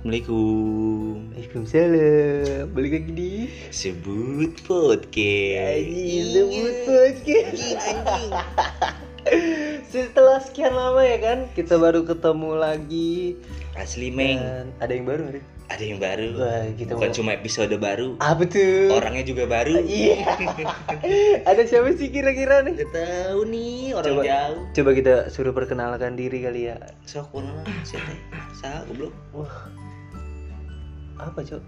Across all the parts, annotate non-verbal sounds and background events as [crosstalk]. Assalamualaikum Waalaikumsalam Balik lagi di Sebut podcast Anjing sebut podcast Setelah sekian lama ya kan Kita baru ketemu lagi Asli Meng Dan Ada yang baru ada? Ada yang baru Wah kita Bukan mau- cuma episode baru Apa tuh? Orangnya juga baru Iya [laughs] Ada siapa sih kira-kira nih? Gak tahu nih orang Coba- jauh Coba kita suruh perkenalkan diri kali ya Sok pun siapa Sah goblok [laughs] Wah Apa cok?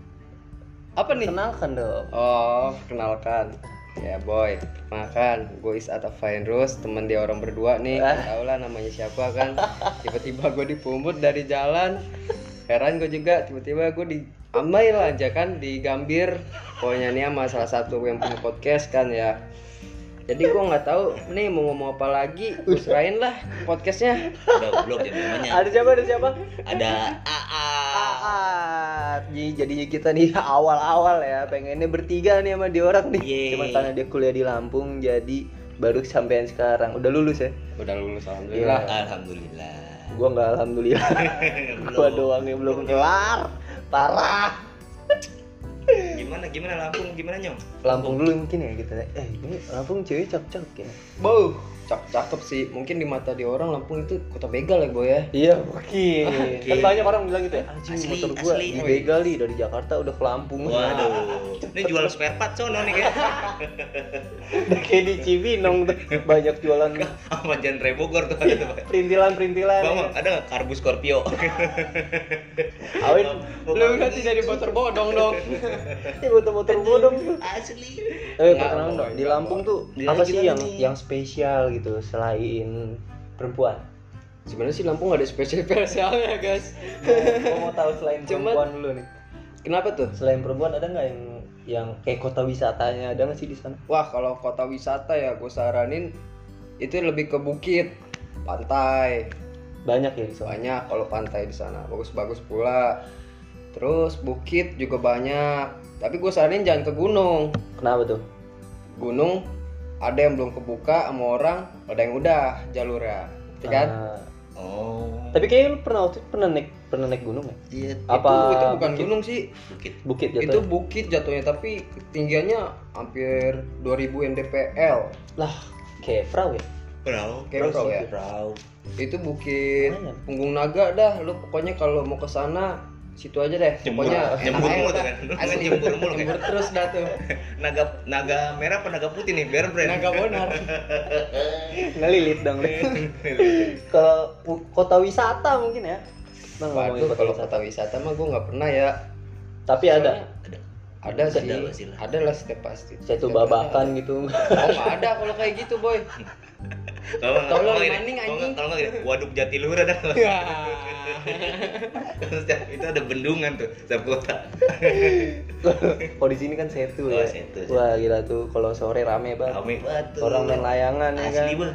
apa nih Kenalkan dong oh kenalkan ya boy makan gue Is Atafain Rus temen dia orang berdua nih Ah. Gak tau lah namanya siapa kan tiba-tiba gue dipungut dari jalan heran gue juga tiba-tiba gue di ambil aja kan di Gambir pokoknya nih sama salah satu yang punya podcast kan ya jadi gue nggak tahu nih mau ngomong apa lagi usrain lah podcastnya Udah goblok ya namanya Ada siapa? Ada siapa? Ada AA Aat. Jadi jadinya kita nih [laughs] awal-awal ya pengennya bertiga nih sama dia orang nih. Yeay. Cuma karena dia kuliah di Lampung jadi baru sampean sekarang. Udah lulus ya? udah lulus alhamdulillah Alhamdulillah Gua nggak alhamdulillah. [laughs] Belum. Gua doang yang belum kelar. Parah. Gimana gimana Lampung gimana nyong Lampung dulu mungkin ya kita. Eh ini Lampung cewek cocok ya. Bow, cak cakep sih. Mungkin di mata di orang Lampung itu kota begal ya, boy ya. Iya mungkin. Mungkin. Kan banyak orang bilang gitu ya. Anjing Asli, motor gua asli. dibegal nih dari Jakarta udah ke Lampung. Waduh, ini jual spare part sono nih kayaknya. [laughs] Udah kayak di Cibinong tuh banyak [laughs] jualan [laughs] Sama Jan Rebogor tuh ada tuh. perintilan-perintilan. Bang, Bang, ada nggak karbu [laughs] Scorpio? Awin, Lu nanti dari motor bodong dong. ini motor-motor bodong tuh. Asli. Eh, Nggak, perkenalan Boy, dong. Di nggak, Lampung tuh Di apa lagi sih lagi yang nih. yang spesial gitu selain perempuan? [laughs] Sebenarnya sih Lampung gak ada spesial spesialnya guys. Gua mau tahu selain Cuma- perempuan dulu nih. Kenapa tuh? Selain perempuan ada nggak yang yang kayak kota wisatanya ada nggak sih di sana? Wah kalau kota wisata ya gue saranin itu lebih ke bukit, pantai Banyak ya di sana. banyak kalau pantai di sana bagus-bagus pula. Terus bukit juga banyak. Tapi gue saranin jangan ke gunung. Kenapa tuh? Gunung ada yang belum kebuka sama orang, ada yang udah jalurnya, ya kan? Ah, Oh. tapi kayaknya lu pernah waktu itu pernah naik pernah naik gunung ya? Iya, Apa itu, itu bukan bukit, gunung sih, bukit. bukit itu jatuh? bukit jatuhnya tapi ketinggiannya hampir 2000 mdpl. Lah, kayak frau ya? Perahu, Kayak perahu ya? Perahu. Itu bukit Lumayan. punggung naga dah. Lu pokoknya kalau mau ke sana situ aja deh. Jembur, [laughs] Pokoknya jembur enak aja mulu tuh dah. kan. Lu kan Asli jembur mulu kan. Jembur terus dah tuh. Naga naga merah apa naga putih nih? Biar brand. Naga [laughs] bonar. Nah, lilit dong. Kalau bu- kota wisata mungkin ya? Nah, ngomongin Waduh kalau kota wisata mah gua nggak pernah ya. Tapi ada Ada. Ada Ada sih sih. lah. Ada lah setiap pasti. satu Setiap babakan gitu. ada. Oh nggak ada kalau kayak gitu [laughs] boy. [laughs] Kalau nggak- kalau Tolong nggak gini, maning, kalau nggak- anjing. kalau nggak gini, waduk Jatiluhur ada nggak? Ya. Setiap itu ada bendungan tuh setiap kota. [laughs] kalau di sini kan Oh, setu ya. setu, setu. Wah gila tuh kalau sore rame banget. Rame banget tuh. Orang main layangan ya kan. Asli bah.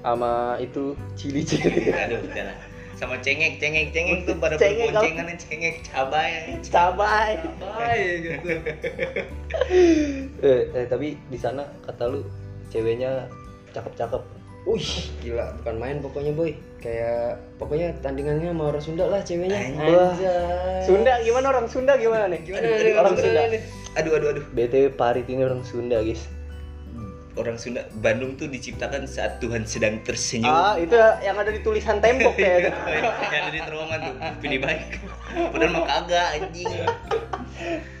Sama itu [laughs] cili-cili. Aduh, udah lah. Sama cengek, cengek, cengek tuh pada Cengek, kalau- berboncengan cengek cabai. Cabai. Baik gitu. Eh, eh, tapi di sana kata lu ceweknya cakep-cakep. Wih, gila bukan main pokoknya boy. Kayak pokoknya tandingannya sama orang Sunda lah ceweknya. Anjay. Eh. Anjay. Sunda gimana orang Sunda gimana nih? Gimana nih orang orang Sunda. Sunda nih? Aduh, aduh, aduh. BTW Parit ini orang Sunda, guys. orang Sunda Bandung tuh diciptakan saat Tuhan sedang tersenyum. [laughs] Ah, itu yang ada di tulisan tembok ya. kayaknya. Yang ada di terowongan tuh pilih baik. Padahal mah kagak anjing. Iya.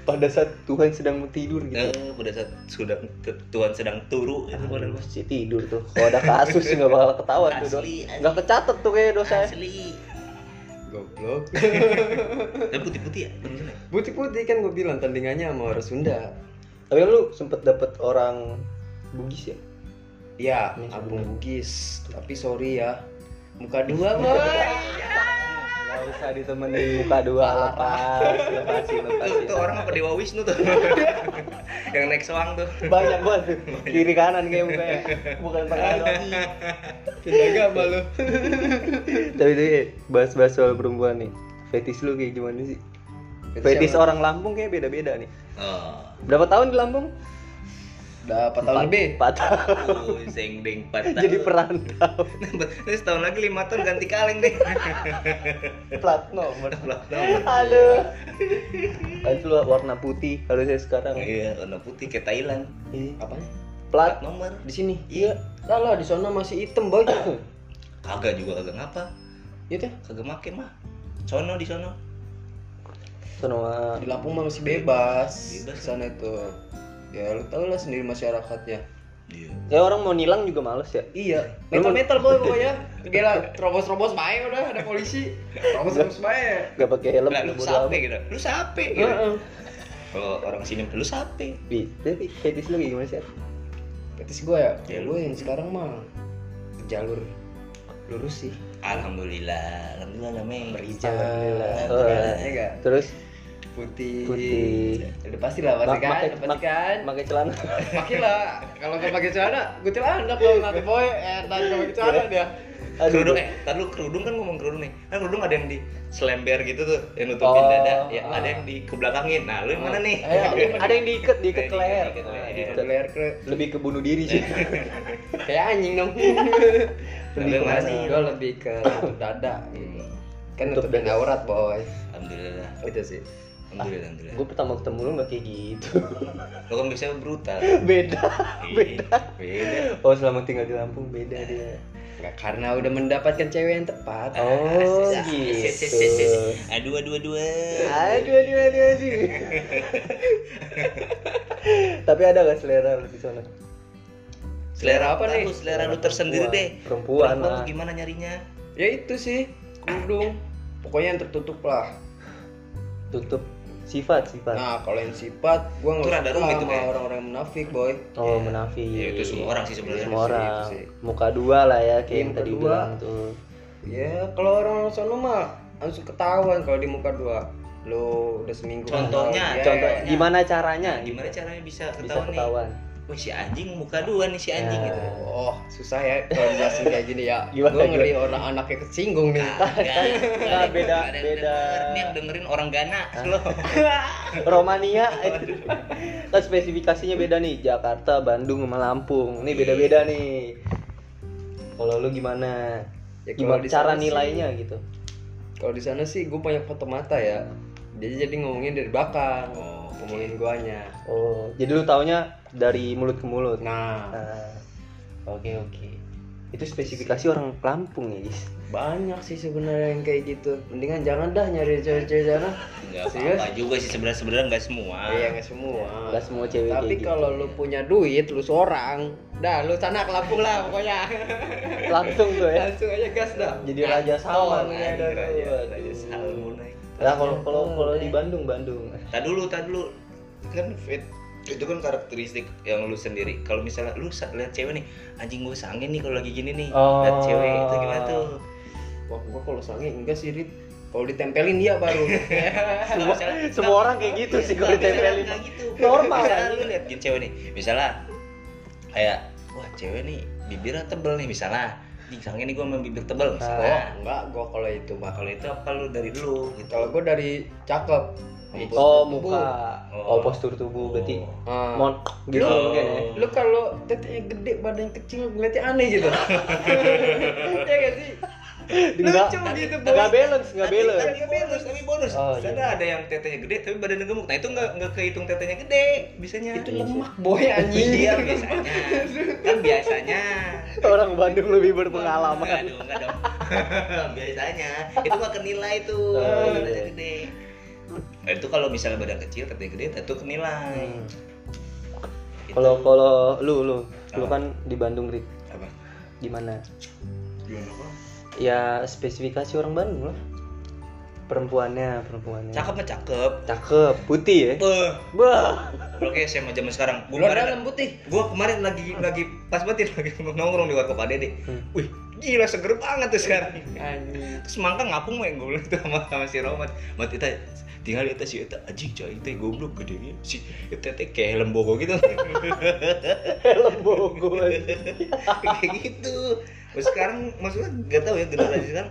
Pada saat Tuhan sedang tidur gitu. Eh, pada saat sudah Tuhan sedang turu itu Ah. padahal mah. Si tidur tuh. Kalau ada kasus nggak bakal ketahuan tuh. Don. Asli, asli. Nggak kecatet tuh kayak dosa. Asli. Goblok. Dan putih-putih ya. Orang Sunda. Putih-putih kan gue bilang tandingannya sama orang Sunda. Tapi lu sempet dapet orang Bugis ya? Ya, Ini Abang Sunda. Bugis. Tapi sorry ya. Muka dua, boy. Gak usah ditemenin muka dua [laughs] lepas, lepasin, Tuh, lepasin. tuh orang apa Dewa Wisnu [laughs] tuh. Yang naik soang tuh. Banyak banget tuh, kiri kanan kayak mukanya. Bukan tengah doang. [laughs] Kendaga sama lu. Tapi tuh eh, bahas-bahas soal perempuan nih. Fetis lu kayak gimana sih? Fetis Siapa? orang Lampung kayak beda-beda nih. Oh. Berapa tahun di Lampung? udah 4 tahun lebih Empat tahun. Oh, sengdeng 4 tahun. Jadi perantau. [laughs] Terus setahun lagi 5 tahun ganti kaleng deh. [laughs] Plat nomor. Belah tahun. Aduh. Kan itu warna putih harusnya sekarang. Iya, warna putih kayak Thailand. Iya. apa Plat Plat. nomor. di sini Iya. lah lah di sana masih hitam [coughs] boy Kagak juga kagak ngapa. ya teh Kagak make mah. Sono di sono. Semua di Lampung mah masih Bebas. bebas di kan? sana itu ya lu tau lah sendiri masyarakatnya Iya. Kayak Ya, orang mau nilang juga males ya. iya metal metal boy [laughs] pokoknya gila terobos terobos baik udah ada polisi terobos terobos baik Gak pakai helm. Lah, lu bodo sape amat. gitu. Lu sape gitu. Heeh. Kalau orang sini lu sape. Bi, tapi fetish lu kayak gimana sih? Ar? petis gue ya Ya, ya lu. gue yang sekarang mah jalur lurus sih Alhamdulillah, alhamdulillah lah men. berhijau Alhamdulillah. Alhamdulillah, ya enggak Terus Iya. putih Putih. udah pasti lah pasti Ma- kan make- udah pasti ma- kan pakai celana. pakai lah kalau nggak pakai celana gue celana kalau nanti boy eh nanti nggak pakai celana [laughs] dia kerudung eh tar lu kerudung kan ngomong kerudung nih kan kerudung ada yang di selember gitu tuh yang nutupin Oh, dada ya ah. ada yang di kebelakangin nah lu yang mana nih Eh, Ada ada yang diikat, diikat Ada ke yang leher. Iya, diikat, diikat ke Ah, leher. diikat. Layar ke- Lebih ke bunuh diri [laughs] sih. Gitu. kayak anjing dong Lebih [laughs] lebih kemana? mana gue lebih ke nutup dada gitu. kan Nutup nutupin dada. aurat boy alhamdulillah itu sih alhamdulillah alhamdulillah Gue pertama ketemu lu gak kayak gitu. [laughs] lu kan biasanya brutal Beda. [laughs] beda beda Oh selama tinggal di Lampung beda dia. Nggak, karena udah mendapatkan cewek yang tepat Oh Ah, sis, sis, sis, sis. gitu. aduh aduh aduh Aduh aduh aduh [laughs] aduh. Tapi ada gak selera lu di sana? selera apa Apa nih nih? selera lu tersendiri deh Perempuan Perempuan lah. tuh gimana nyarinya ya itu sih kerudung pokoknya yang tertutup lah Tutup sifat sifat. nah kalau yang sifat gue Itu nggak rada suka rumit tuh, sama Boy. orang-orang yang munafik boy Oh menafik. ya itu semua orang sih sebenarnya Semua Itu Iya, orang. sih, itu sih. Muka dua lah ya kayak Iya, yang muka tadi dua. bilang tuh. ya kalau orang sono mah langsung ketahuan kalau di muka dua lo udah seminggu kan? Iya, Contohnya, kenal dia. Contoh Kayaknya. gimana caranya? Ya, Ya, gimana caranya bisa Bisa ketahuan nih ketahuan. wah si anjing muka dua nih si anjing Ya. [laughs] gitu oh susah ya kalau jelasin kayak gini [laughs] ya Gimana, gue ngeri orang anaknya kesinggung nih Nah, Kagak, beda, Ada yang beda. denger. Ini yang dengerin orang Ghana lo. [laughs] Romania [laughs] kan spesifikasinya beda nih Jakarta, Bandung sama Lampung. Iya. Ini beda-beda nih. Kalau lu gimana? Ya, gimana kalau di cara sana sih- nilainya gitu? kalau di sana sih gue banyak foto mata ya jadi jadi ngomongin dari belakang Oh, oke. ngomongin guanya Oh, jadi lu taunya dari mulut ke mulut. nah Nah, Oke, oke. Itu spesifikasi orang Lampung ya, guys. banyak sih sebenarnya yang kayak gitu mendingan jangan dah nyari cewek-cewek sana Enggak apa-apa juga sih sebenarnya sebenarnya enggak semua. Iya nggak semua. Nggak semua cewek Tapi Ah. kayak gitu. kalau lu punya duit, lu seorang, dah lu sana ke Lampung lah pokoknya. Langsung tuh ya. Langsung aja gas dah. Eh. Jadi raja Oh, Salman ya. raja, aduh, raja, aduh. Raja Salmon. Nah, kalau kalau kalau di Bandung, Bandung. Tadi dulu, tadi dulu. Kan fit itu kan karakteristik yang lu sendiri. Kalau misalnya lu sa- lihat cewek nih, anjing gue sange nih kalau lagi gini nih. Oh. Lihat cewek itu gimana tuh? Wah, gua kalau sange enggak sih, Rit. Kalau ditempelin dia baru. [laughs] Kalau misalnya- Semua orang kayak gitu sih kalau Tapi ditempelin. nggak gitu. Normal. Misalnya lu lihat gini cewek nih, misalnya kayak wah cewek nih bibirnya tebel nih misalnya. Anjing sange nih gue sama bibir tebel Ah. oh, misalnya. Nah, enggak gua kalau itu mah. Kalau itu apa lu dari dulu gitu. Kalau gua dari cakep. Oh, Tubuh. muka. Oh. Oh, postur tubuh berarti Ah. mon gitu Oh. mungkin ya. Lu kalau tetenya gede, badan kecil, ngeliatnya aneh [laughs] gitu. [laughs] Iya gak sih? Enggak. Lucu gitu, Boy. Enggak balance, enggak Tapi- balance. Tapi bonus, tapi bonus. Oh, Sana iya. ada yang tetenya gede tapi badannya gemuk. Nah, itu nggak nggak kehitung tetenya gede biasanya. Itu lemak boy anjing. Iya [laughs] biasanya. Kan biasanya. Orang Bandung lebih berpengalaman. Aduh, enggak dong. [laughs] biasanya. Itu nggak kenilai tuh. Oh, iya. tetenya gede. Nah, itu kalau misalnya badan kecil, tetenya gede, itu kenilai. Gitu. Kalau kalau lu lu lu Apa? kan di Bandung, Rik. apa? Gimana? Hmm. Gimana kok? Ya spesifikasi orang Bandung lah. Perempuannya, perempuannya. Cakep mah cakep. Cakep, putih ya. Beuh, Bah. Oke, saya mau zaman sekarang. Gua Lu kemarin- dalam putih. gue kemarin lagi lagi pas banget ya, lagi nongkrong di warkop Ade deh. Hmm. Wih, gila seger banget tuh sekarang. Anjing. Terus mangka ngapung main gue itu sama, sama si Romat. Mat kita tinggal di atas si Eta anjing coy itu goblok gedenya si Eta teh kayak helm bogo gitu. [laughs] Helm bogo. kayak gitu. Terus sekarang maksudnya nggak tahu ya generasi sekarang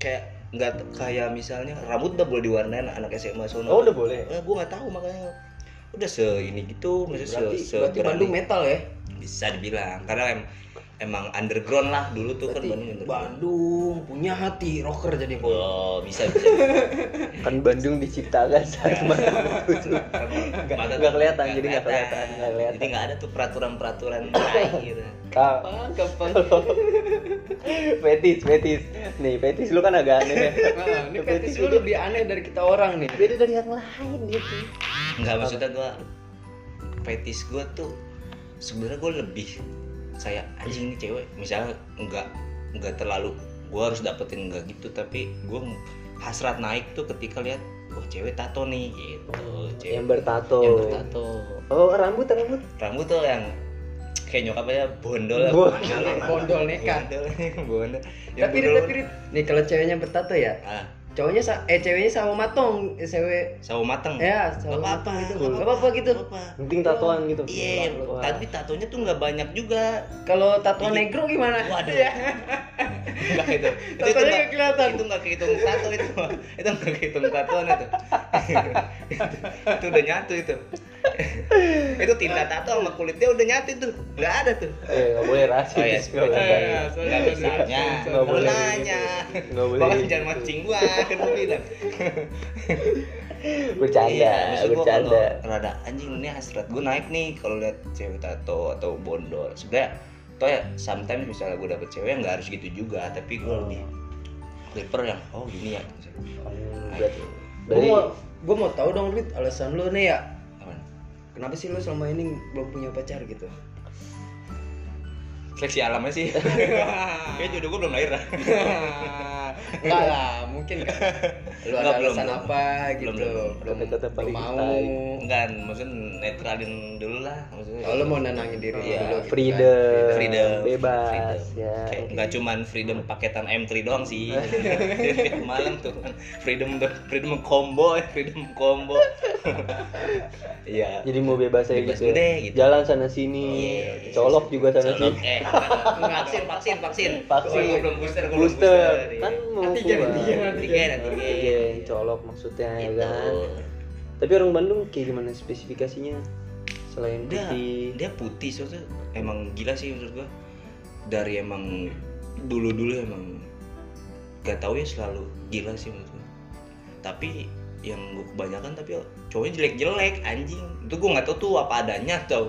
kayak nggak t- kayak misalnya rambut udah boleh diwarnain anak SMA sono. Oh, udah boleh. Eh, gue nggak tahu makanya udah se ini gitu maksudnya Berarti, se, berarti seberani. kan Bandung metal ya? bisa dibilang karena em- emang underground lah dulu tuh Berarti kan Bandung underground Bandung punya hati rocker jadi bos. Wah, bisa [laughs] bisa kan Bandung diciptakan saat Bandung terwujud. Nggak- Mata tuh nggak kelihatan, jadi nggak kelihatan, nggak kelihatan. jadi nggak ada tuh [coughs] peraturan-peraturan lain gitu Kak, Kapan? [laughs] Kapan? Nah, fetis, fetis. Nih, fetis lu kan agak aneh. ya. Nah, ini fetis lu lebih aneh dari kita orang nih. Beda dari yang lain gitu. nggak maksudnya gua petis gua tuh sebenarnya gua lebih kayak anjing nih cewek misalnya nggak nggak terlalu gua harus dapetin nggak gitu tapi gua hasrat naik tuh ketika lihat wah cewek tato nih gitu cewek Yang bertato. yang bertato Oh, rambut, rambut. rambut tuh yang kayak nyokap aja bondol lah, Bondol. Bondol nekat. bondol [laughs] bondol Yang Tapi bondol- tapi nih kalau ceweknya bertato ya, ah cowoknya sa- eh ceweknya sama matong, eh, cewek sawo mateng ya Hmm. Gak sama apa-apa gitu. Gak apa-apa gitu. Gak apa-apa. Penting tatoan gitu. Iya, Wah. tapi tatonya tuh nggak banyak juga. Kalau tato negro gimana? Waduh. Ya. Enggak itu. Itu Tatonya itu nggak kelihatan. Itu nggak kehitung tato itu. Itu nggak kehitung tatoan [laughs] itu. Itu- itu udah nyatu itu. itu tinta tato sama kulitnya udah nyatu tuh. Nggak ada tuh. Eh, nggak boleh rasis. Oh iya, sorry. Nggak boleh. iya, sorry, Nggak sorry, bisa sorry, nanya. Mau sorry. Nggak boleh. gitu. nanya. Nggak boleh Makanya gitu. jangan mancing gua, kan gua bilang. Bercanda, Iya, maksud gua bercanda. kalau Rada anjing ini hasrat gue naik nih kalau lihat cewek tato atau bondol. Sebenarnya toh ya sometimes misalnya gue dapet cewek nggak harus gitu juga, tapi gue Hmm. lebih prefer yang oh gini ya. Hmm, berarti- Gue Berarti mau, gua mau tahu dong, Rit, alasan lu nih ya. Apaan? Kenapa sih lu selama ini belum punya pacar gitu? Seleksi alamnya sih. [laughs] Kayaknya jodoh gue belum lahir. lah. Enggak lah, mungkin nggak. Lu Nggak, ada belum, alasan belum. apa Belum, gitu? belum. Belum, Tetep-tetep paling belum mau. Enggak, maksudnya netralin dulu lah. Maksudnya Oh, lu mau nenangin diri Iya, dulu gitu kan. freedom, freedom bebas freedom. ya. Kayak nggak cuman freedom paketan M3 doang [laughs] sih [laughs] Tiap malam tuh kan freedom freedom combo eh, freedom combo [laughs] iya Jadi mau bebas aja Bebas gitu. ya. deh, gitu. Jalan sana sini, Iya. colok juga sana Colok. sini. eh bukan. vaksin vaksin vaksin Oh, Vaksin. gua belum booster gua belum Booster kan mau Antigen, keluar. antigen, antigen, antigen. Antigen, colok maksudnya ya Gitu. Iya, kan. Tapi orang Bandung kayak gimana spesifikasinya? Selain dia putih, dia putih soalnya emang gila sih menurut gua dari emang dulu dulu emang gak tau ya selalu gila sih menurut gua tapi yang gue kebanyakan tapi cowoknya jelek jelek anjing itu gua nggak tau tuh apa adanya atau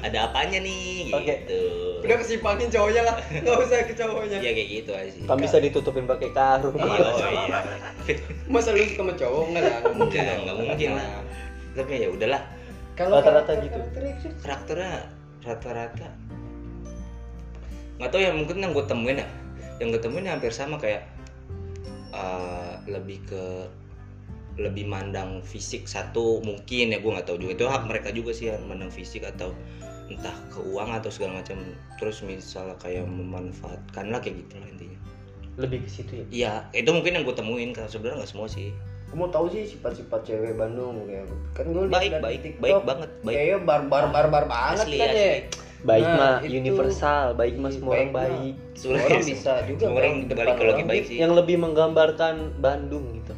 ada apanya nih gitu Oke. Udah kesimpangin cowoknya lah, nggak usah ke cowoknya. ya kayak gitu aja sih kan bisa ditutupin pakai karung. Iya, oh, iya. Masa lu suka sama cowok enggak lah? Nggak Nggak, nggak mungkin lah. tapi ya udahlah Kalau Rata-rata karakter- gitu. karakteristik karakternya rata-rata nggak tahu ya mungkin yang gue temuin ya yang gue temuin hampir sama kayak eh, lebih ke lebih mandang fisik satu mungkin ya gue nggak tahu juga itu hak mereka juga sih yang mandang fisik atau entah keuangan atau segala macam terus misalnya kayak memanfaatkan lah kayak gitu lah intinya Lebih ke situ ya. iya itu mungkin yang gue temuin karena sebenarnya nggak semua sih Gua mau tahu sih sifat-sifat cewek Bandung kayak kan gue baik baik baik banget baik kayaknya barbar barbar banget asli kan asli ya Baik Nah, mah itu- universal, baik mah semua orang Baik mah. Iya, baik. Semua Orang bisa juga semua orang baik di depan balik ke lagi orang. baik sih Yang lebih menggambarkan Bandung gitu.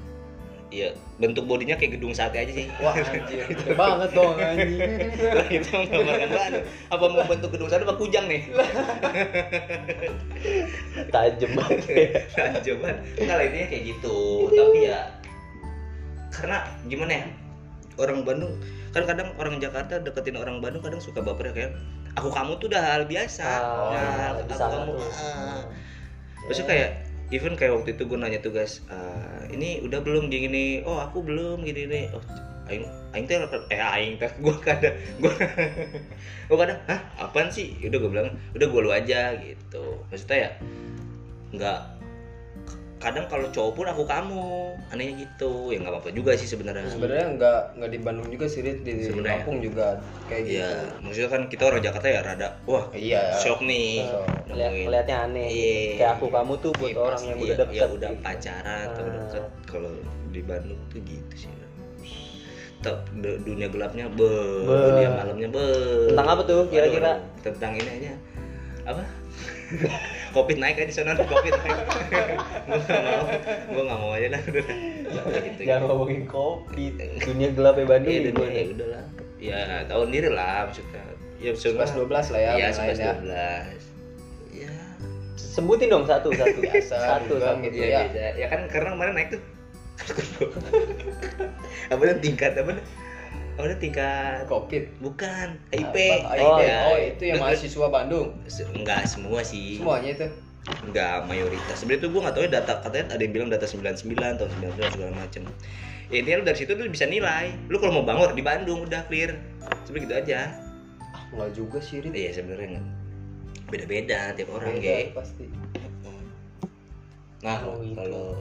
Iya, bentuk bodinya kayak gedung sate aja sih. wah anjir gede banget dong anjir Lah itu menggambarkan banget. Apa mau bentuk gedung sate apa kujang nih? Tajam banget. Nah, jawaban enggak lah intinya kayak gitu. Tapi ya karena gimana ya? Orang Bandung kan kadang orang Jakarta deketin orang Bandung kadang suka baper ya kayak aku kamu tuh udah hal biasa. Ah, nah, di aku sana kamu. tuh. ah. Terus kayak even kayak waktu itu gue nanya tugas "Ah, ini udah belum gini gini oh aku belum gini gini oh aing aing teh eh aing teh gue kadang gue [laughs] gue kadang hah apaan sih udah gue bilang udah gue lu aja gitu maksudnya ya nggak kadang kalau cowok pun aku kamu anehnya gitu ya nggak apa-apa juga sih sebenarnya sebenarnya nggak nggak di Bandung juga sih Rit. di Sebenarnya. kampung juga kayak gitu Iya, maksudnya kan kita orang Jakarta ya rada wah iya shock nih Shock. nemuin. Kelihatannya aneh. Iya. Kayak aku kamu tuh buat Iya, orang pasti. yang udah Iya, deket. ya, udah gitu. pacaran atau Ah. deket kalau di Bandung tuh gitu sih Tetap du- dunia gelapnya be, Be. dunia malamnya be. Tentang apa tuh, Aduh, kira-kira? aduh, tentang ini aja apa? [laughs] Covid naik aja di sana Covid naik. [laughs] gua nggak mau, gua nggak mau aja lah udah. Udah, Gitu, Jangan ngomongin kopi. Dunia gelap ya Bandung Iya, gimana? dunia- ya udahlah. ya tahun diri lah maksudnya ya maksudnya 11 12 lah ya. ya mulai sebelas dua belas ya Sebutin dong satu [laughs] satu. Biasa, satu bukan satu. gitu. ya, ya. beda. ya kan karena kemarin naik tuh [laughs] apa dan tingkat apa dan apa dan tingkat Covid. bukan IP Apa- Oh, IP. ya. oh, itu yang Lu- mahasiswa Bandung. Se- enggak semua sih Semuanya itu. enggak mayoritas sebenarnya tuh gue nggak tahu ya data katanya ada yang bilang data 99 tahun 99 segala macem ya, intinya lu dari situ tuh bisa nilai lu kalau mau bangor di Bandung udah clear sebenarnya gitu aja Ah, enggak juga sih, Rit. iya sebenarnya nggak- beda-beda tiap orang ge Beda, pasti. nah Oh, gitu. kalau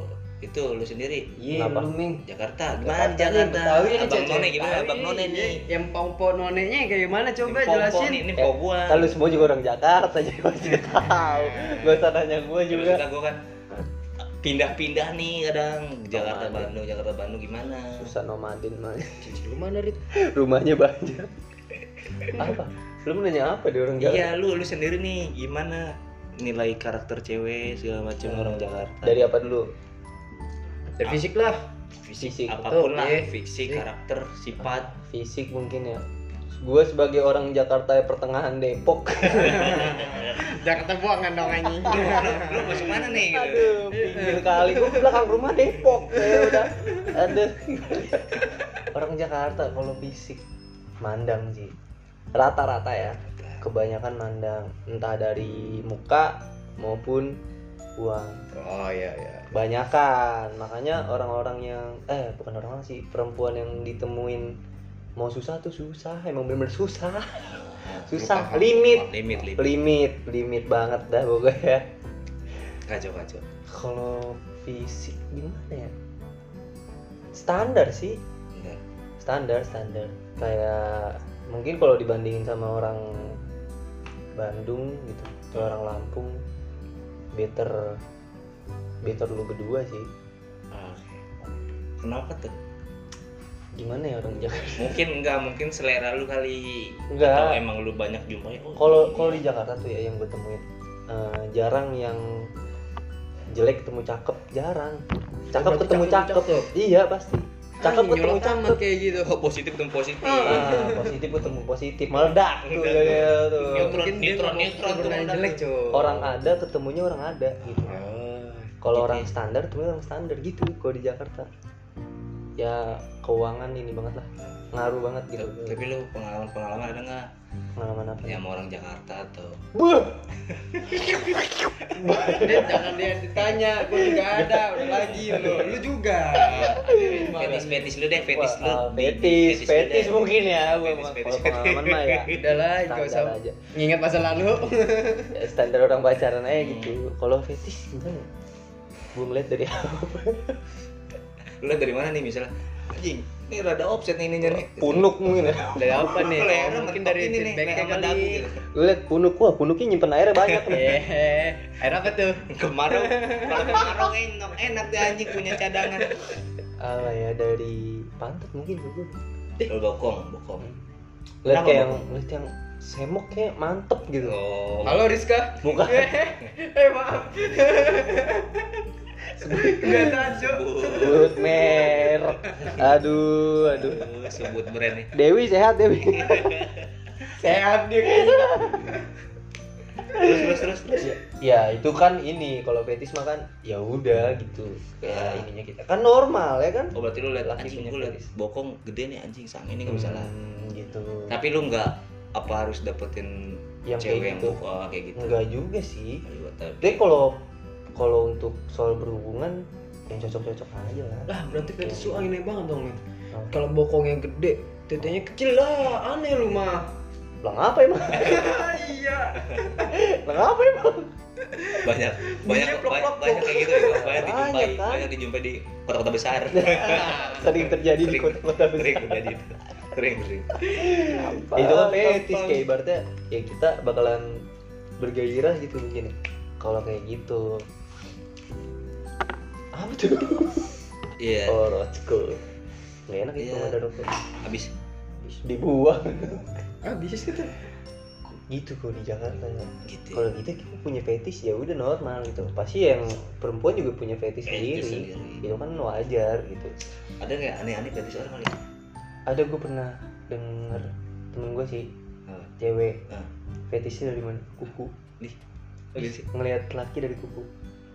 itu lu sendiri Iya, Kenapa? lu Ming. Jakarta gimana Jakarta nih, Jakarta Betawi nih, abang Cece. none gimana abang Betawi. none nih Yang pompo nonenya kayak gimana coba Ini Papua jelasin. nih, ini Papua Kalau semua juga orang Jakarta jadi [laughs] pasti tahu. Iya. Gak usah nanya gue Terus juga. kita gue kan pindah-pindah nih kadang Jakarta Aman. Bandung Jakarta Bandung gimana Susah nomadin mah. Cici, Lu mana, Rit? Rumahnya banyak. [laughs] Apa? Lu mau nanya apa di orang Jakarta? iya lu lu sendiri nih gimana nilai karakter cewek segala macam orang Jakarta Dari apa dulu? Dari fisik lah. fisik, fisik, apapun betul, lah iya. fisik Iya. karakter sifat Fisik mungkin ya. Gue sebagai orang Jakarta pertengahan Depok. Jakarta buangan dong anjing. lu masuk mana nih gitu [laughs] Aduh, pinggir kali. Gue belakang rumah Depok. Ya udah. Ada. [laughs] Orang Jakarta kalau fisik mandang sih. Rata-rata ya. Kebanyakan mandang entah dari muka maupun uang. [laughs] Oh iya iya. Banyakan. Makanya orang-orang yang eh bukan orang-orang sih, perempuan yang ditemuin mau susah tuh susah, emang bener-bener susah. Susah, paham, limit, limit limit limit, limit banget dah pokoknya ya. kacau kacau kalau fisik gimana ya standar sih Enggak. standar standar kayak mungkin kalau dibandingin sama orang Bandung gitu atau orang Lampung better better lu berdua sih kenapa tuh gimana ya orang Jakarta mungkin enggak mungkin selera lu kali Enggak. atau emang lu banyak jumpai oh, kalau ini. kalau di Jakarta tuh ya yang gue temuin eh, jarang yang jelek ketemu cakep jarang cakep berarti ketemu cakep cakep, cakep. iya, iya pasti cakep Anjing, ketemu nyolot amat cakep kayak gitu. Oh, positif ketemu positif Ah, positif ketemu positif meledak tuh Meledak. kayaknya tuh. Neutron, Mungkin dia neutron, ngomong neutron tuh keturunan meledak jelek, tuh. cuy. Ah. orang ada ketemunya orang ada gitu Oh, kalau gitu. orang standar ketemunya orang standar gitu kalau di Jakarta ya keuangan ini banget lah ngaruh banget gitu Iya. tapi lu pengalaman pengalaman ada nggak pengalaman apa ya sama orang Jakarta atau Buh! Dit, jangan dia ditanya, gue [laughs] juga ada, udah lagi lu, lu juga. gitu. fetis fetis lu deh fetis lu Wah, fetis Fetis lu fetis deh. mungkin ya gua Fetis, mah. fetis, kalau pengalaman mah ya Udah lah, gak usah standar aja nginget masa [laughs] lalu. Ya, standar orang pacaran aja gitu kalau fetis gimana ya? gua ngeliat dari apa lu liat dari mana nih misalnya anjing ini rada offset nih ini nih punuk mungkin ya Dari apa nih? Lehernya Oh, mungkin mentok dari ini nih, feedbacknya leher sama dagu kali. gitu. Lu liat punuk wah punuknya nyimpen airnya banyak [laughs] nih Eh, air apa tuh? kemarau kalau kemarau enak enak deh anjing punya cadangan Alah ya dari pantat mungkin gue lu bokong bokong lihat Kenapa, kayak yang Bang? lihat yang semok kayak mantep gitu oh Halo Rizka. Bukan. [laughs] Eh, maaf. Gak tahu. sebut merek aduh aduh Aduh, sebut brand nih Dewi sehat Dewi Sehat dia kayaknya. terus terus terus terus ya itu kan ini kalau fetis mah kan ya udah gitu Ya. kayak ininya kita kan normal ya kan oh berarti lu liat Laki anjing punya gue liat fetis. bokong gede nih anjing sang ini nggak bisa lah Hmm, gitu tapi lu nggak apa harus dapetin Yang cewek kayak yang gitu. bokong kayak gitu enggak juga sih Aduh, tapi- tapi kalau kalau untuk soal berhubungan yang cocok-cocok aja lah Lah, berarti fetis lu aneh banget dong nih. Oh. Kalau bokongnya gede, tetenya kecil lah, aneh lu mah. lah ngapa emang [laughs] [laughs] Iya. lah ngapa emang banyak [laughs] banyak Bunyinya ba- plok, plok, plok. banyak kayak gitu ya, banyak dijumpai Banyak, kan? banyak dijumpai di kota-kota [laughs] besar sering terjadi di Sering- kota-kota besar sering terjadi itu sering sering Ya, itu kan Gampang. fetis kayak ibaratnya ya kita bakalan bergairah gitu mungkin ya. kalau kayak gitu apa tuh iya oh rotskul nggak enak itu Iya. ada rokok habis dibuang Ah, bisa sih tuh. gitu kalau di Jakarta ya. gitu kalau gitu kita punya fetis ya udah normal gitu pasti yang perempuan juga punya fetis Fetis sendiri Eh, sendiri. itu kan Iya, wajar gitu ada nggak aneh-aneh fetis orang kali ya? ada gue pernah denger temen gue sih Apa? cewek Ah. fetishnya dari mana kuku Oh, gitu sih. ngelihat laki dari kuku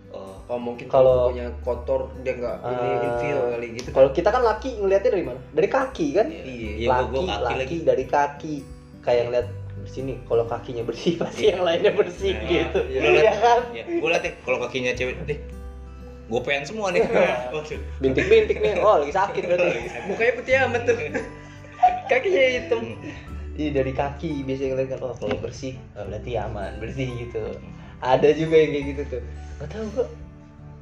Oh, Oh mungkin Kalau- kalau punya kotor dia nggak ini Ah. feel kali gitu. kalau kita kan laki ngelihatnya dari mana dari kaki kan iya. Iya, laki gua, gua laki, kaki lagi. dari kaki kayak ngeliat sini kalau kakinya bersih [laughs] pasti yang lainnya bersih Nah, gitu iya. Iya kan Ya, gue liat ya, kalau kakinya cewek nih, gue pengen semua [laughs] nih. Waduh. bintik-bintik nih oh lagi sakit berarti Mukanya putih amat [laughs] tuh. Kakinya hitam. iya dari kaki biasanya ngeliat kan oh kalau bersih oh, berarti aman bersih gitu ada juga yang kayak gitu tuh nggak tahu gua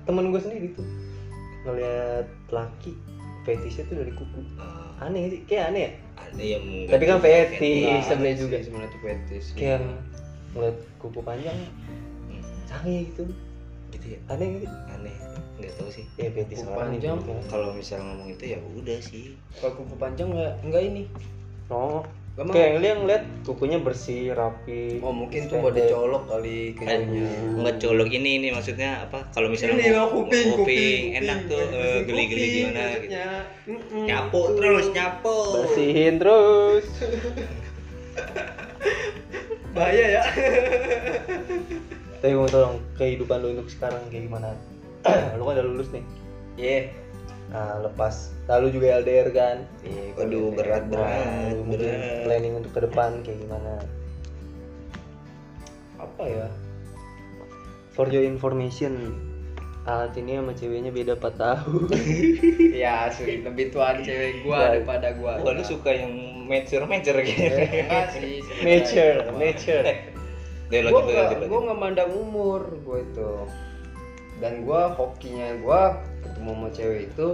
temen gue sendiri tuh ngeliat laki fetishnya tuh dari kuku Ah, aneh sih kayak aneh ya ada yang nggak Tapi kan juga fetish. fetish. Nah, Iya, sebenarnya juga. sebenarnya tuh fetis. kayak ngeliat kuku panjang canggih gitu Hmm, Gitu ya, aneh nggak sih? aneh. Nggak tahu sih. ya fetish Kuku orang panjang. gitu. Kalau misal ngomong itu ya udah sih. Kalau kuku panjang nggak nggak ini. no Nggak mau. kayak dia ngeliat kukunya bersih rapi Oh mungkin tuh Pendek. mau dicolok kali kayaknya. Nggak colok ini ini maksudnya apa? Kalau misalnya Iya, Ini ngomong- loh, kuping, ngomong kuping, enak tuh Kuping, eh, geli-geli kuping, gimana gitu. maksudnya. Mm-mm. Nyapu terus nyapu. bersihin terus Bahaya ya. tapi mau tolong kehidupan lu untuk sekarang kayak gimana [clears throat] lu kan udah lulus nih Iya. nah lepas lalu juga LDR kan Iya, Aduh berat Nah, berat lu mungkin berat. planning untuk ke depan kayak gimana Apa ya? for your information alat ini sama ceweknya beda 4 tahun Ya asli lebih tuaan Wah. cewek gua daripada gua. Wah lu kan suka yang mature mature [laughs] gitu. Enggak [laughs] sih. sebenarnya. nature Cuma- nature Deh Iya, gue lanjut gak, lanjut gue lanjut. nggak mandang umur gue itu dan gue hokinya gue ketemu sama cewek itu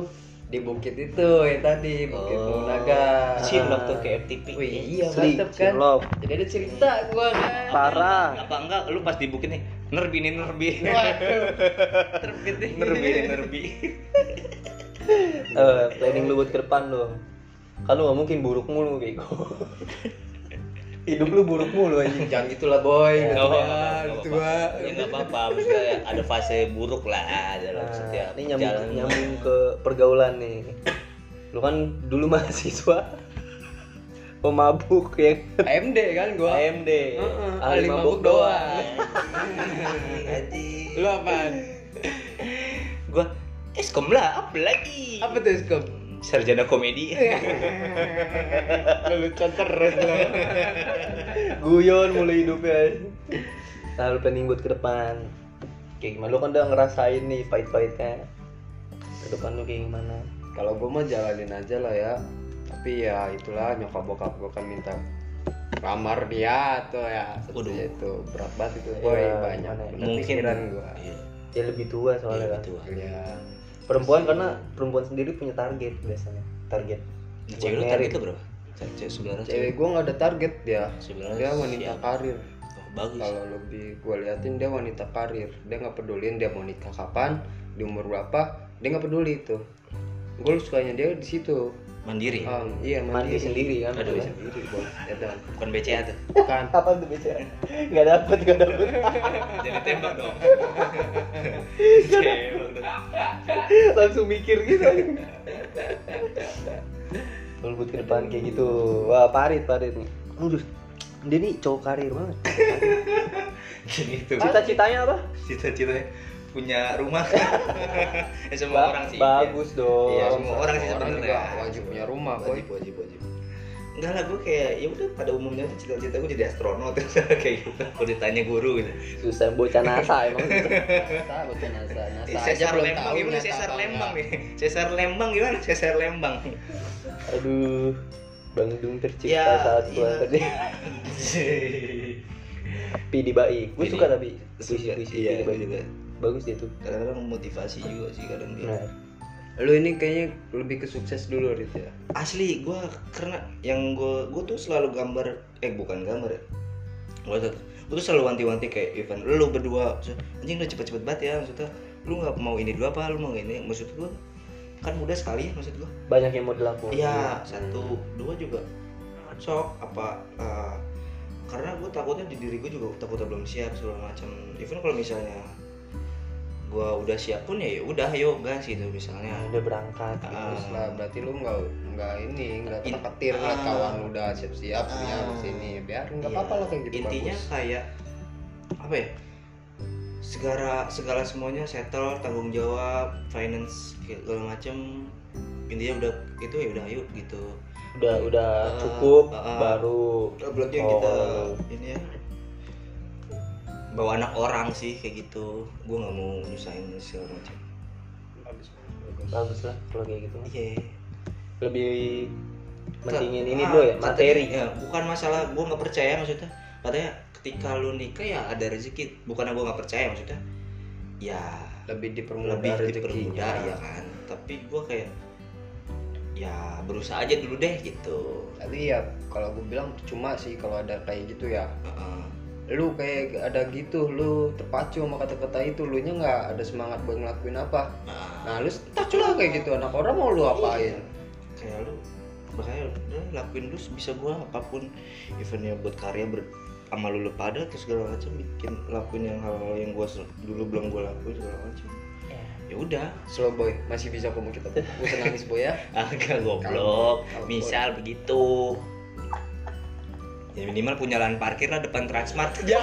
di bukit itu yang tadi bukit Oh. Munaga Cinlok tuh kayak FTP. gitu, Wih, iya Sli, mantep kan cinlok. jadi ada cerita gue [laughs] kan parah Apa enggak lu pas di bukit nih nerbi nih nerbi. Waduh. Terbit nih [laughs] nerbi nih nerbi. Eh, planning lu buat ke depan dong kan lu gak mungkin buruk mulu bego hidup lu buruk mulu anjing jangan gitulah boy Ya, Oh, Nggak apa-apa, nggak gitu kan, gitu apa-apa. kan. Ya nggak apa-apa, maksudnya ada fase buruk lah dalam setiap Nah, ini nyambung, perjalanan. nyambung ke pergaulan nih. Lu kan dulu [laughs] mahasiswa pemabuk ya. AMD kan gue AMD. Heeh, Ah, ahli mabuk doang. Anjing. lu apaan Gua eskom lah, apa lagi? apa tuh skop Sarjana komedi. lu lucu terus lu Guyon mulu hidupnya. Nah, lu planning buat ke depan. Kayak gimana? Lu kan udah ngerasain nih pahit-pahitnya. Ke depan lu kayak gimana? kalau gue mah jalanin aja lah ya tapi ya itulah nyokap bokap gue kan minta kamar dia tuh ya Waduh. Seperti itu berat banget itu boy Iya, banyak gimana ya? bener Mungkin pikiran gue Iya, Dia lebih tua iya, soalnya kan. betul. ya Perempuan karena perempuan sendiri punya target biasanya. Target. Cewek lu Buat target married. lu berapa? Cewek sebenarnya cewek gue nggak ada target dia sebenarnya dia siap. wanita karir Oh, bagus. kalau lebih gue liatin dia wanita karir dia nggak pedulin dia mau nikah kapan di umur berapa dia nggak peduli itu gue sukanya dia di situ Mandiri. Um, iya Mandi sendiri kan. Aduh, padahal. sendiri bos ya dong Bukan BCA tuh. bukan apa tuh bicara [laughs] nggak dapet nggak dapet Jadi tembak dong. Tembak dong. Iya, langsung mikir gitu kalau buat ke depan kayak gitu wah parit parit nih aduh dia nih cowok karir banget Jadi itu cita-citanya apa cita-citanya punya rumah. [laughs] ya, semua Ba- orang sih. bagus dong Iya, semua orang sih Oh, Semua orang sebenarnya. juga wajib punya rumah, Boy. wajib, wajib, wajib. Enggak lah, gue kayak ya udah pada umumnya tuh cita-cita gue jadi astronot [laughs] kayak gitu. Gue ditanya guru gitu. susah bocah nasa emang NASA, bukan NASA. NASA Eh, aja Cesar belum Lembang tahu gimana? NASA Cesar apa Lembang ya? enggak. nih. Cesar Lembang gimana? Cesar Lembang. aduh Bang Dung tercipta [laughs] Ya, iya. saat pulang kerja Pidi Baik Gue Pidi. suka tapi puisi Suka, puisi [laughs] iya, Pidi gue Baik juga. Iya. Bagus dia tuh Nah, Kadang-kadang motivasi juga sih kadang gitu. dia. Nah, Benar. Lu ini kayaknya lebih ke sukses dulu Rit ya. asli gue karena yang gue gue tuh selalu gambar eh bukan gambar ya gue tuh gue tuh selalu wanti-wanti kayak event lu berdua maksud- anjing lu cepet-cepet banget ya maksudnya lu nggak mau ini dulu apa lu mau ini maksud gue kan mudah sekali ya maksud gue Banyak yang mau dilakukan iya satu dua juga sok apa eh, karena gue takutnya di diri gue juga takutnya belum siap segala macam even kalau misalnya gua udah siap pun ya ya udah yuk gas gitu misalnya Nah, udah berangkat gitu. Ah. Terus lah berarti lu nggak nggak ini nggak In- terpetir ngeliat Ah. kawan lu udah siap-siap Ah. ya kesini biar nggak Iya. apa-apa lah kayak gitu intinya bagus. kayak apa ya segala segala semuanya settle tanggung jawab finance segala macem intinya udah itu ya udah yuk gitu udah udah Ah, cukup ah. baru apalagi yang kita ini ya bawa anak orang sih kayak gitu gue nggak mau nyusahin segala macam Bagus, bagus. bagus lah kalau kayak gitu iya lebih mentingin ini Ah, dulu ya katanya- [laughs] materi ya, bukan masalah gue nggak percaya maksudnya katanya ketika lu nikah ya ada rezeki bukan gue nggak percaya maksudnya ya lebih dipermudah lebih rezekinya dipermudah ya kan tapi gue kayak ya berusaha aja dulu deh gitu tapi ya kalau gue bilang percuma sih kalau ada kayak gitu ya Heeh. lu kayak ada gitu lu terpacu sama kata-kata itu lu nya nggak ada semangat buat ngelakuin apa Nah, nah lu touch lah kayak gitu anak orang mau Iya. lu apain kayak lu makanya udah lakuin dulu sebisa gua apapun eventnya buat karya ber sama lu pada terus segala macam bikin lakuin yang hal, -hal yang gua se- dulu belum gua lakuin segala macam Ya. ya udah [laughs] slow boy masih bisa kok kita gue nangis boy ya agak goblok Kalau- kalau misal begitu ya minimal punya lahan parkir lah depan Transmart aja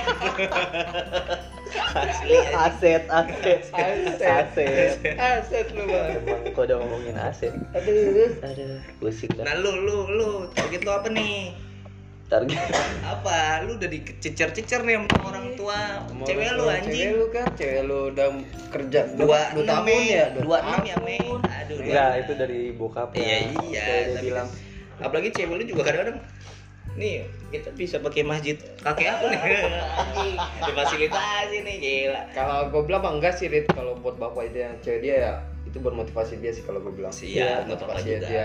asli ya. aset aset Aset. aset aset lu bang emang kau udah ngomongin aset aduh aduh pusing dah nah lu lu lu target lu apa nih target apa lu udah dicecer-cecer nih sama orang tua Sama cewek orang lu tua, anjing cewek lu kan cewek lu udah kerja dua berapa? dua enam tahun ya dua enam ya Mei tahun. Iya, aduh dua enggak enam. itu dari bokapnya iya iya Kayak dia tapi bilang kan- apalagi cewek lu juga kadang-kadang nih kita bisa pakai masjid kakek aku nih anjing difasilitasi nih gila kalau gue bilang mah enggak sih Rit kalau buat bapak dia cewek dia ya itu buat motivasi dia sih kalau gue bilang Iya, nggak apa-apa motivasi juga. dia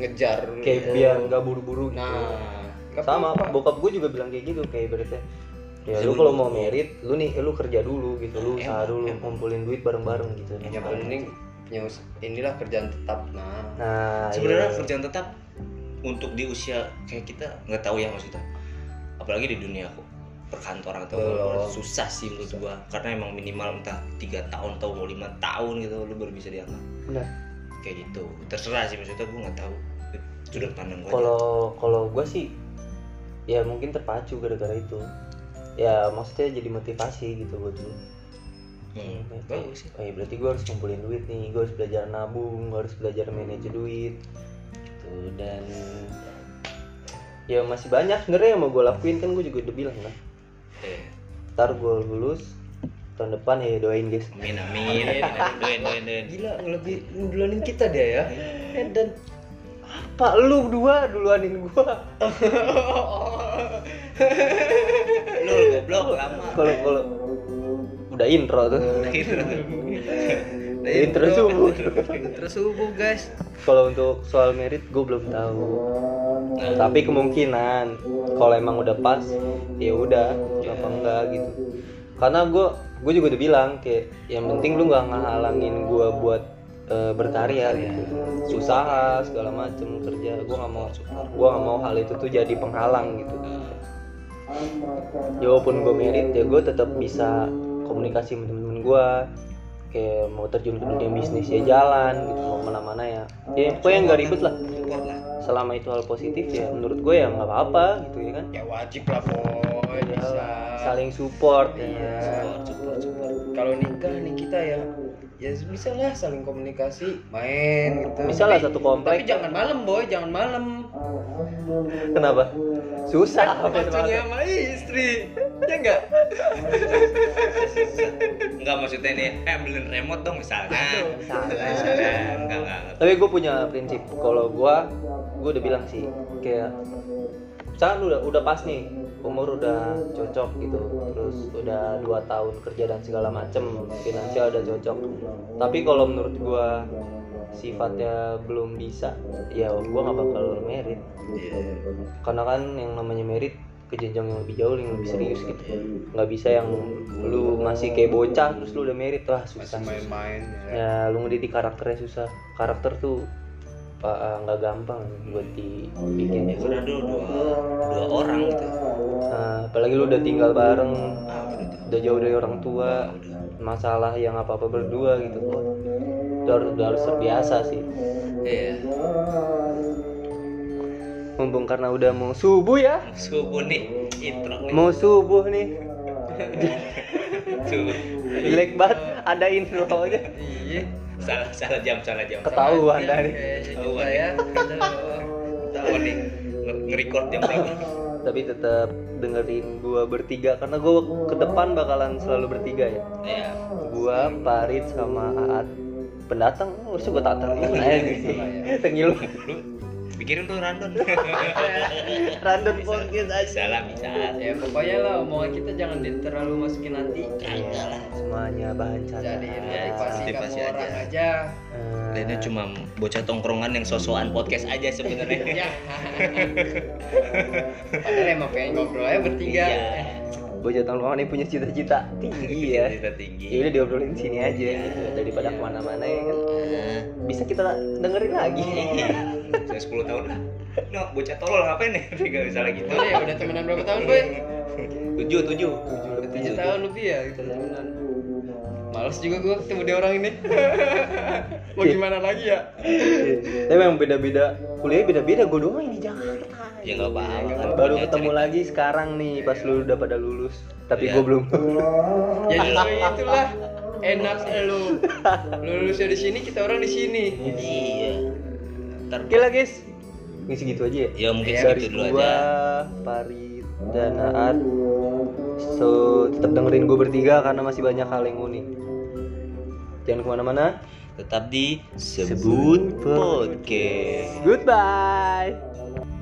ngejar kayak lu. biar nggak buru-buru gitu Iya. nah nggak sama apa-apa. bokap gue juga bilang kayak gitu kayak ibaratnya ya lu Sebelum- kalau mau merit lu nih lu kerja dulu gitu lu usaha Emang, dulu emang. ngumpulin duit bareng-bareng gitu yang penting punya us- Ya, inilah kerjaan tetap nah nah sebenarnya iya. kerjaan tetap untuk di usia kayak kita nggak tahu ya maksudnya apalagi di dunia aku perkantoran atau Belum. apa, susah sih menurut gua karena emang minimal entah tiga tahun atau mau lima tahun gitu lu baru bisa diangkat Benar. kayak gitu terserah sih maksudnya gua nggak tahu sudut pandang gua aja. kalau kalau gue sih ya mungkin terpacu gara-gara itu ya maksudnya jadi motivasi gitu buat dulu Hmm, bagus sih oh, ya berarti gue harus ngumpulin duit nih gue harus belajar nabung gue harus belajar manage duit gitu dan ya masih banyak sebenarnya yang mau gue lakuin kan gue juga udah bilang lah Eh, ntar gue lulus tahun depan ya doain guys amin amin [laughs] doain doain doain gila lebih ngedulanin kita dia ya Eh, dan pak lu dua duluanin gue Oh. lu goblok lama kalau kalau udah intro tuh gitu. Nah, intro subuh intro subuh guys kalau untuk soal merit gue belum tahu Nah, tapi kemungkinan kalau emang udah pas ya udah kenapa enggak gitu karena gue gue juga udah bilang kayak yang penting lu nggak ngehalangin gue buat eh, berkarya gitu usaha segala macem kerja gue nggak mau gue nggak mau hal itu tuh jadi penghalang gitu ya walaupun gue merit ya gue tetap bisa komunikasi sama temen-temen gue kayak mau terjun ke dunia bisnis ya jalan gitu mau mana-mana ya ya pokoknya nggak ribet lah support lah selama itu hal positif ya menurut gue ya nggak apa-apa gitu ya kan ya wajib lah boy bisa saling support ya. Iya. support support support kalau nikah nih kita ya ya bisa lah saling komunikasi main gitu Bisa lah Tapi- satu komplek. tapi jangan malam boy jangan malam kenapa [laughs] susah pacunya sama istri ya enggak Enggak maksudnya ini eh beliin remote dong misalkan. Misalkan. Misalkan. Enggak enggak. enggak. tapi gue punya prinsip kalau gue gue udah bilang sih kayak misalkan udah udah pas nih umur udah cocok gitu terus udah dua tahun kerja dan segala macem finansial udah cocok tapi kalau menurut gue sifatnya belum bisa ya gue nggak bakal merit Iya. karena kan yang namanya merit ke jenjang yang lebih jauh yang lebih serius gitu nggak bisa yang lu masih kayak bocah terus lu udah merit lah susah masih main-main ya ya. lu ngedidik karakternya susah karakter tuh uh, nggak gampang buat dibikin Ya udah dulu dua dua orang gitu. Nah, apalagi lu udah tinggal bareng Ah, udah tuh. udah jauh dari orang tua masalah yang apa apa berdua gitu Wah, itu harus udah harus terbiasa sih Iya. mumpung karena udah mau subuh ya subuh nih intro nih mau subuh nih Subuh. jelek banget ada intro aja Iya. salah salah jam salah jam ketahuan dari Kayaknya juga ya. tahu nih nge- nge-record jam berapa tapi tetap dengerin gua bertiga karena gua ke depan bakalan selalu bertiga ya ya gua Parit sama Aat pendatang lu suka tatar gimana ya gitu tengil lu pikirin tuh random random podcast aja salah bisa Ya pokoknya lah omongan kita jangan di- terlalu masukin nanti. kagak lah Iya, semuanya bahan Iya. Ya, Jadiin motivasi kamu motivasi orang aja. aja. Dia canda itu cuma bocah tongkrongan yang sosokan podcast aja sebenarnya. Iya. Ya. Padahal emang pengen ngobrol aja bertiga. Iya. bocah tongkrongan yang punya cita-cita tinggi ya Cita tinggi. ya udah diobrolin di sini aja gitu Iya. daripada kemana-mana ya kan bisa kita dengerin lagi Saya 10 Iya. tahun lah. No, bocah tolol ngapain nih? Enggak bisa lagi gitu. Boleh ya udah temenan berapa tahun boy? 7 7. Udah tujuh tahun lebih ya kita temenan. Males juga gue ketemu dia orang ini. [laughs] Mau gimana lagi ya? Iya. tapi emang beda-beda kuliah beda-beda gue doang yang di Jakarta Ya enggak apa-apa. Kan baru ketemu lagi sekarang nih pas lu udah pada lulus tapi Iya. gue belum Ya justru itulah enak lu. Lu lulusnya di sini, kita orang di sini. Iya. Ntar oke lah guys ini segitu aja ya Ya mungkin Ya, dari segitu dulu gua aja. Parit dan Aat so tetap dengerin gue bertiga karena masih banyak hal yang unik jangan kemana-mana Tetap di sebut podcast. goodbye